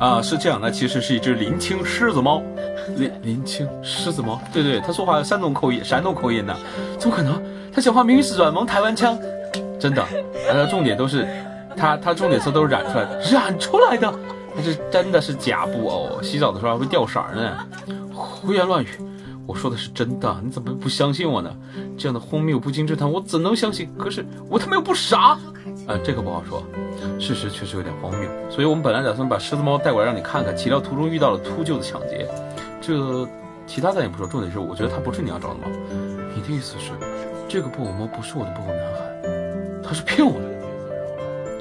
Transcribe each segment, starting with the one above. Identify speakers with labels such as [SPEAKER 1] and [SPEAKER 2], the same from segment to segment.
[SPEAKER 1] 啊，是这样，那其实是一只林青狮子猫，林林青狮子猫，对对，它说话有山东口音，山东口音的，怎么可能？它讲话明明是软萌台湾腔，真的，它的重点都是，它它重点词都是染出来的，染出来的，那是真的是假布偶，洗澡的时候还会掉色儿呢，胡言乱语。我说的是真的，你怎么不相信我呢？这样的荒谬不经之谈，我怎能相信？可是我他妈又不傻，呃，这个不好说。事实确实有点荒谬，所以我们本来打算把狮子猫带过来让你看看，岂料途中遇到了秃鹫的抢劫。这其他咱也不说，重点是我觉得它不是你要找的猫。你的意思是，这个布偶猫不是我的布偶男孩，他是骗我的？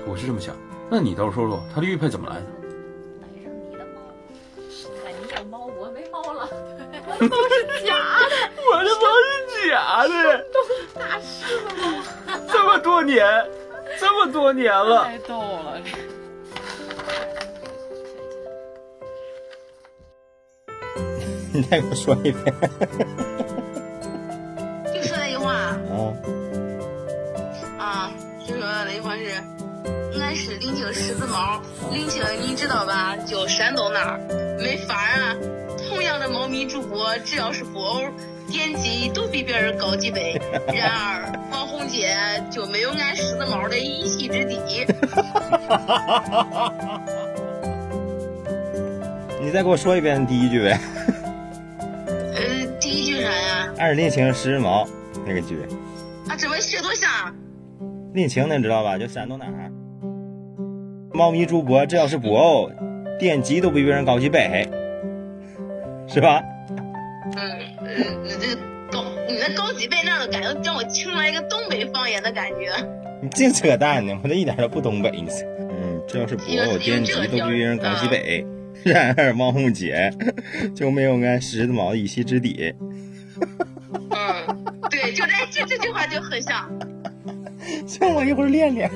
[SPEAKER 1] 我是这么想。那你倒是说说，他的玉佩怎么来的？
[SPEAKER 2] 反正你的猫，哎，你有猫，我没猫了，我的猫是假的，
[SPEAKER 1] 我的猫是假的，
[SPEAKER 2] 大狮子猫，
[SPEAKER 1] 这么多年，这么多年了
[SPEAKER 2] 太逗了。
[SPEAKER 3] 你再给我说一遍
[SPEAKER 4] 就说了一话
[SPEAKER 3] 啊！
[SPEAKER 4] 啊，就说了一话是，应该是林请狮子毛，林请你知道吧？就山东那儿，没法儿啊。同样的猫咪主播，只要是布偶，点击都比别人高几倍。然而网红界就没有俺狮子猫的一席之地。
[SPEAKER 3] 你再给我说一遍第一句呗。
[SPEAKER 4] 呃，第一句啥呀？
[SPEAKER 3] 二令情十毛那个剧，
[SPEAKER 4] 啊，这么学多像？
[SPEAKER 3] 令情那知道吧？就山东那儿，啊猫咪主播这要是布偶，电极都比别人高几倍，是吧？
[SPEAKER 4] 嗯，呃，这高，你那高几倍那儿的感觉，让我听出来一个东北方言的感觉。
[SPEAKER 3] 你净扯淡呢！我这一点都不东北，你这。嗯，这要是布偶，电极都比别人高几倍。然而王红姐就没有俺狮子毛一席之 地。
[SPEAKER 4] 嗯，对，就这这这句话就很像。
[SPEAKER 3] 行，我一会儿练练。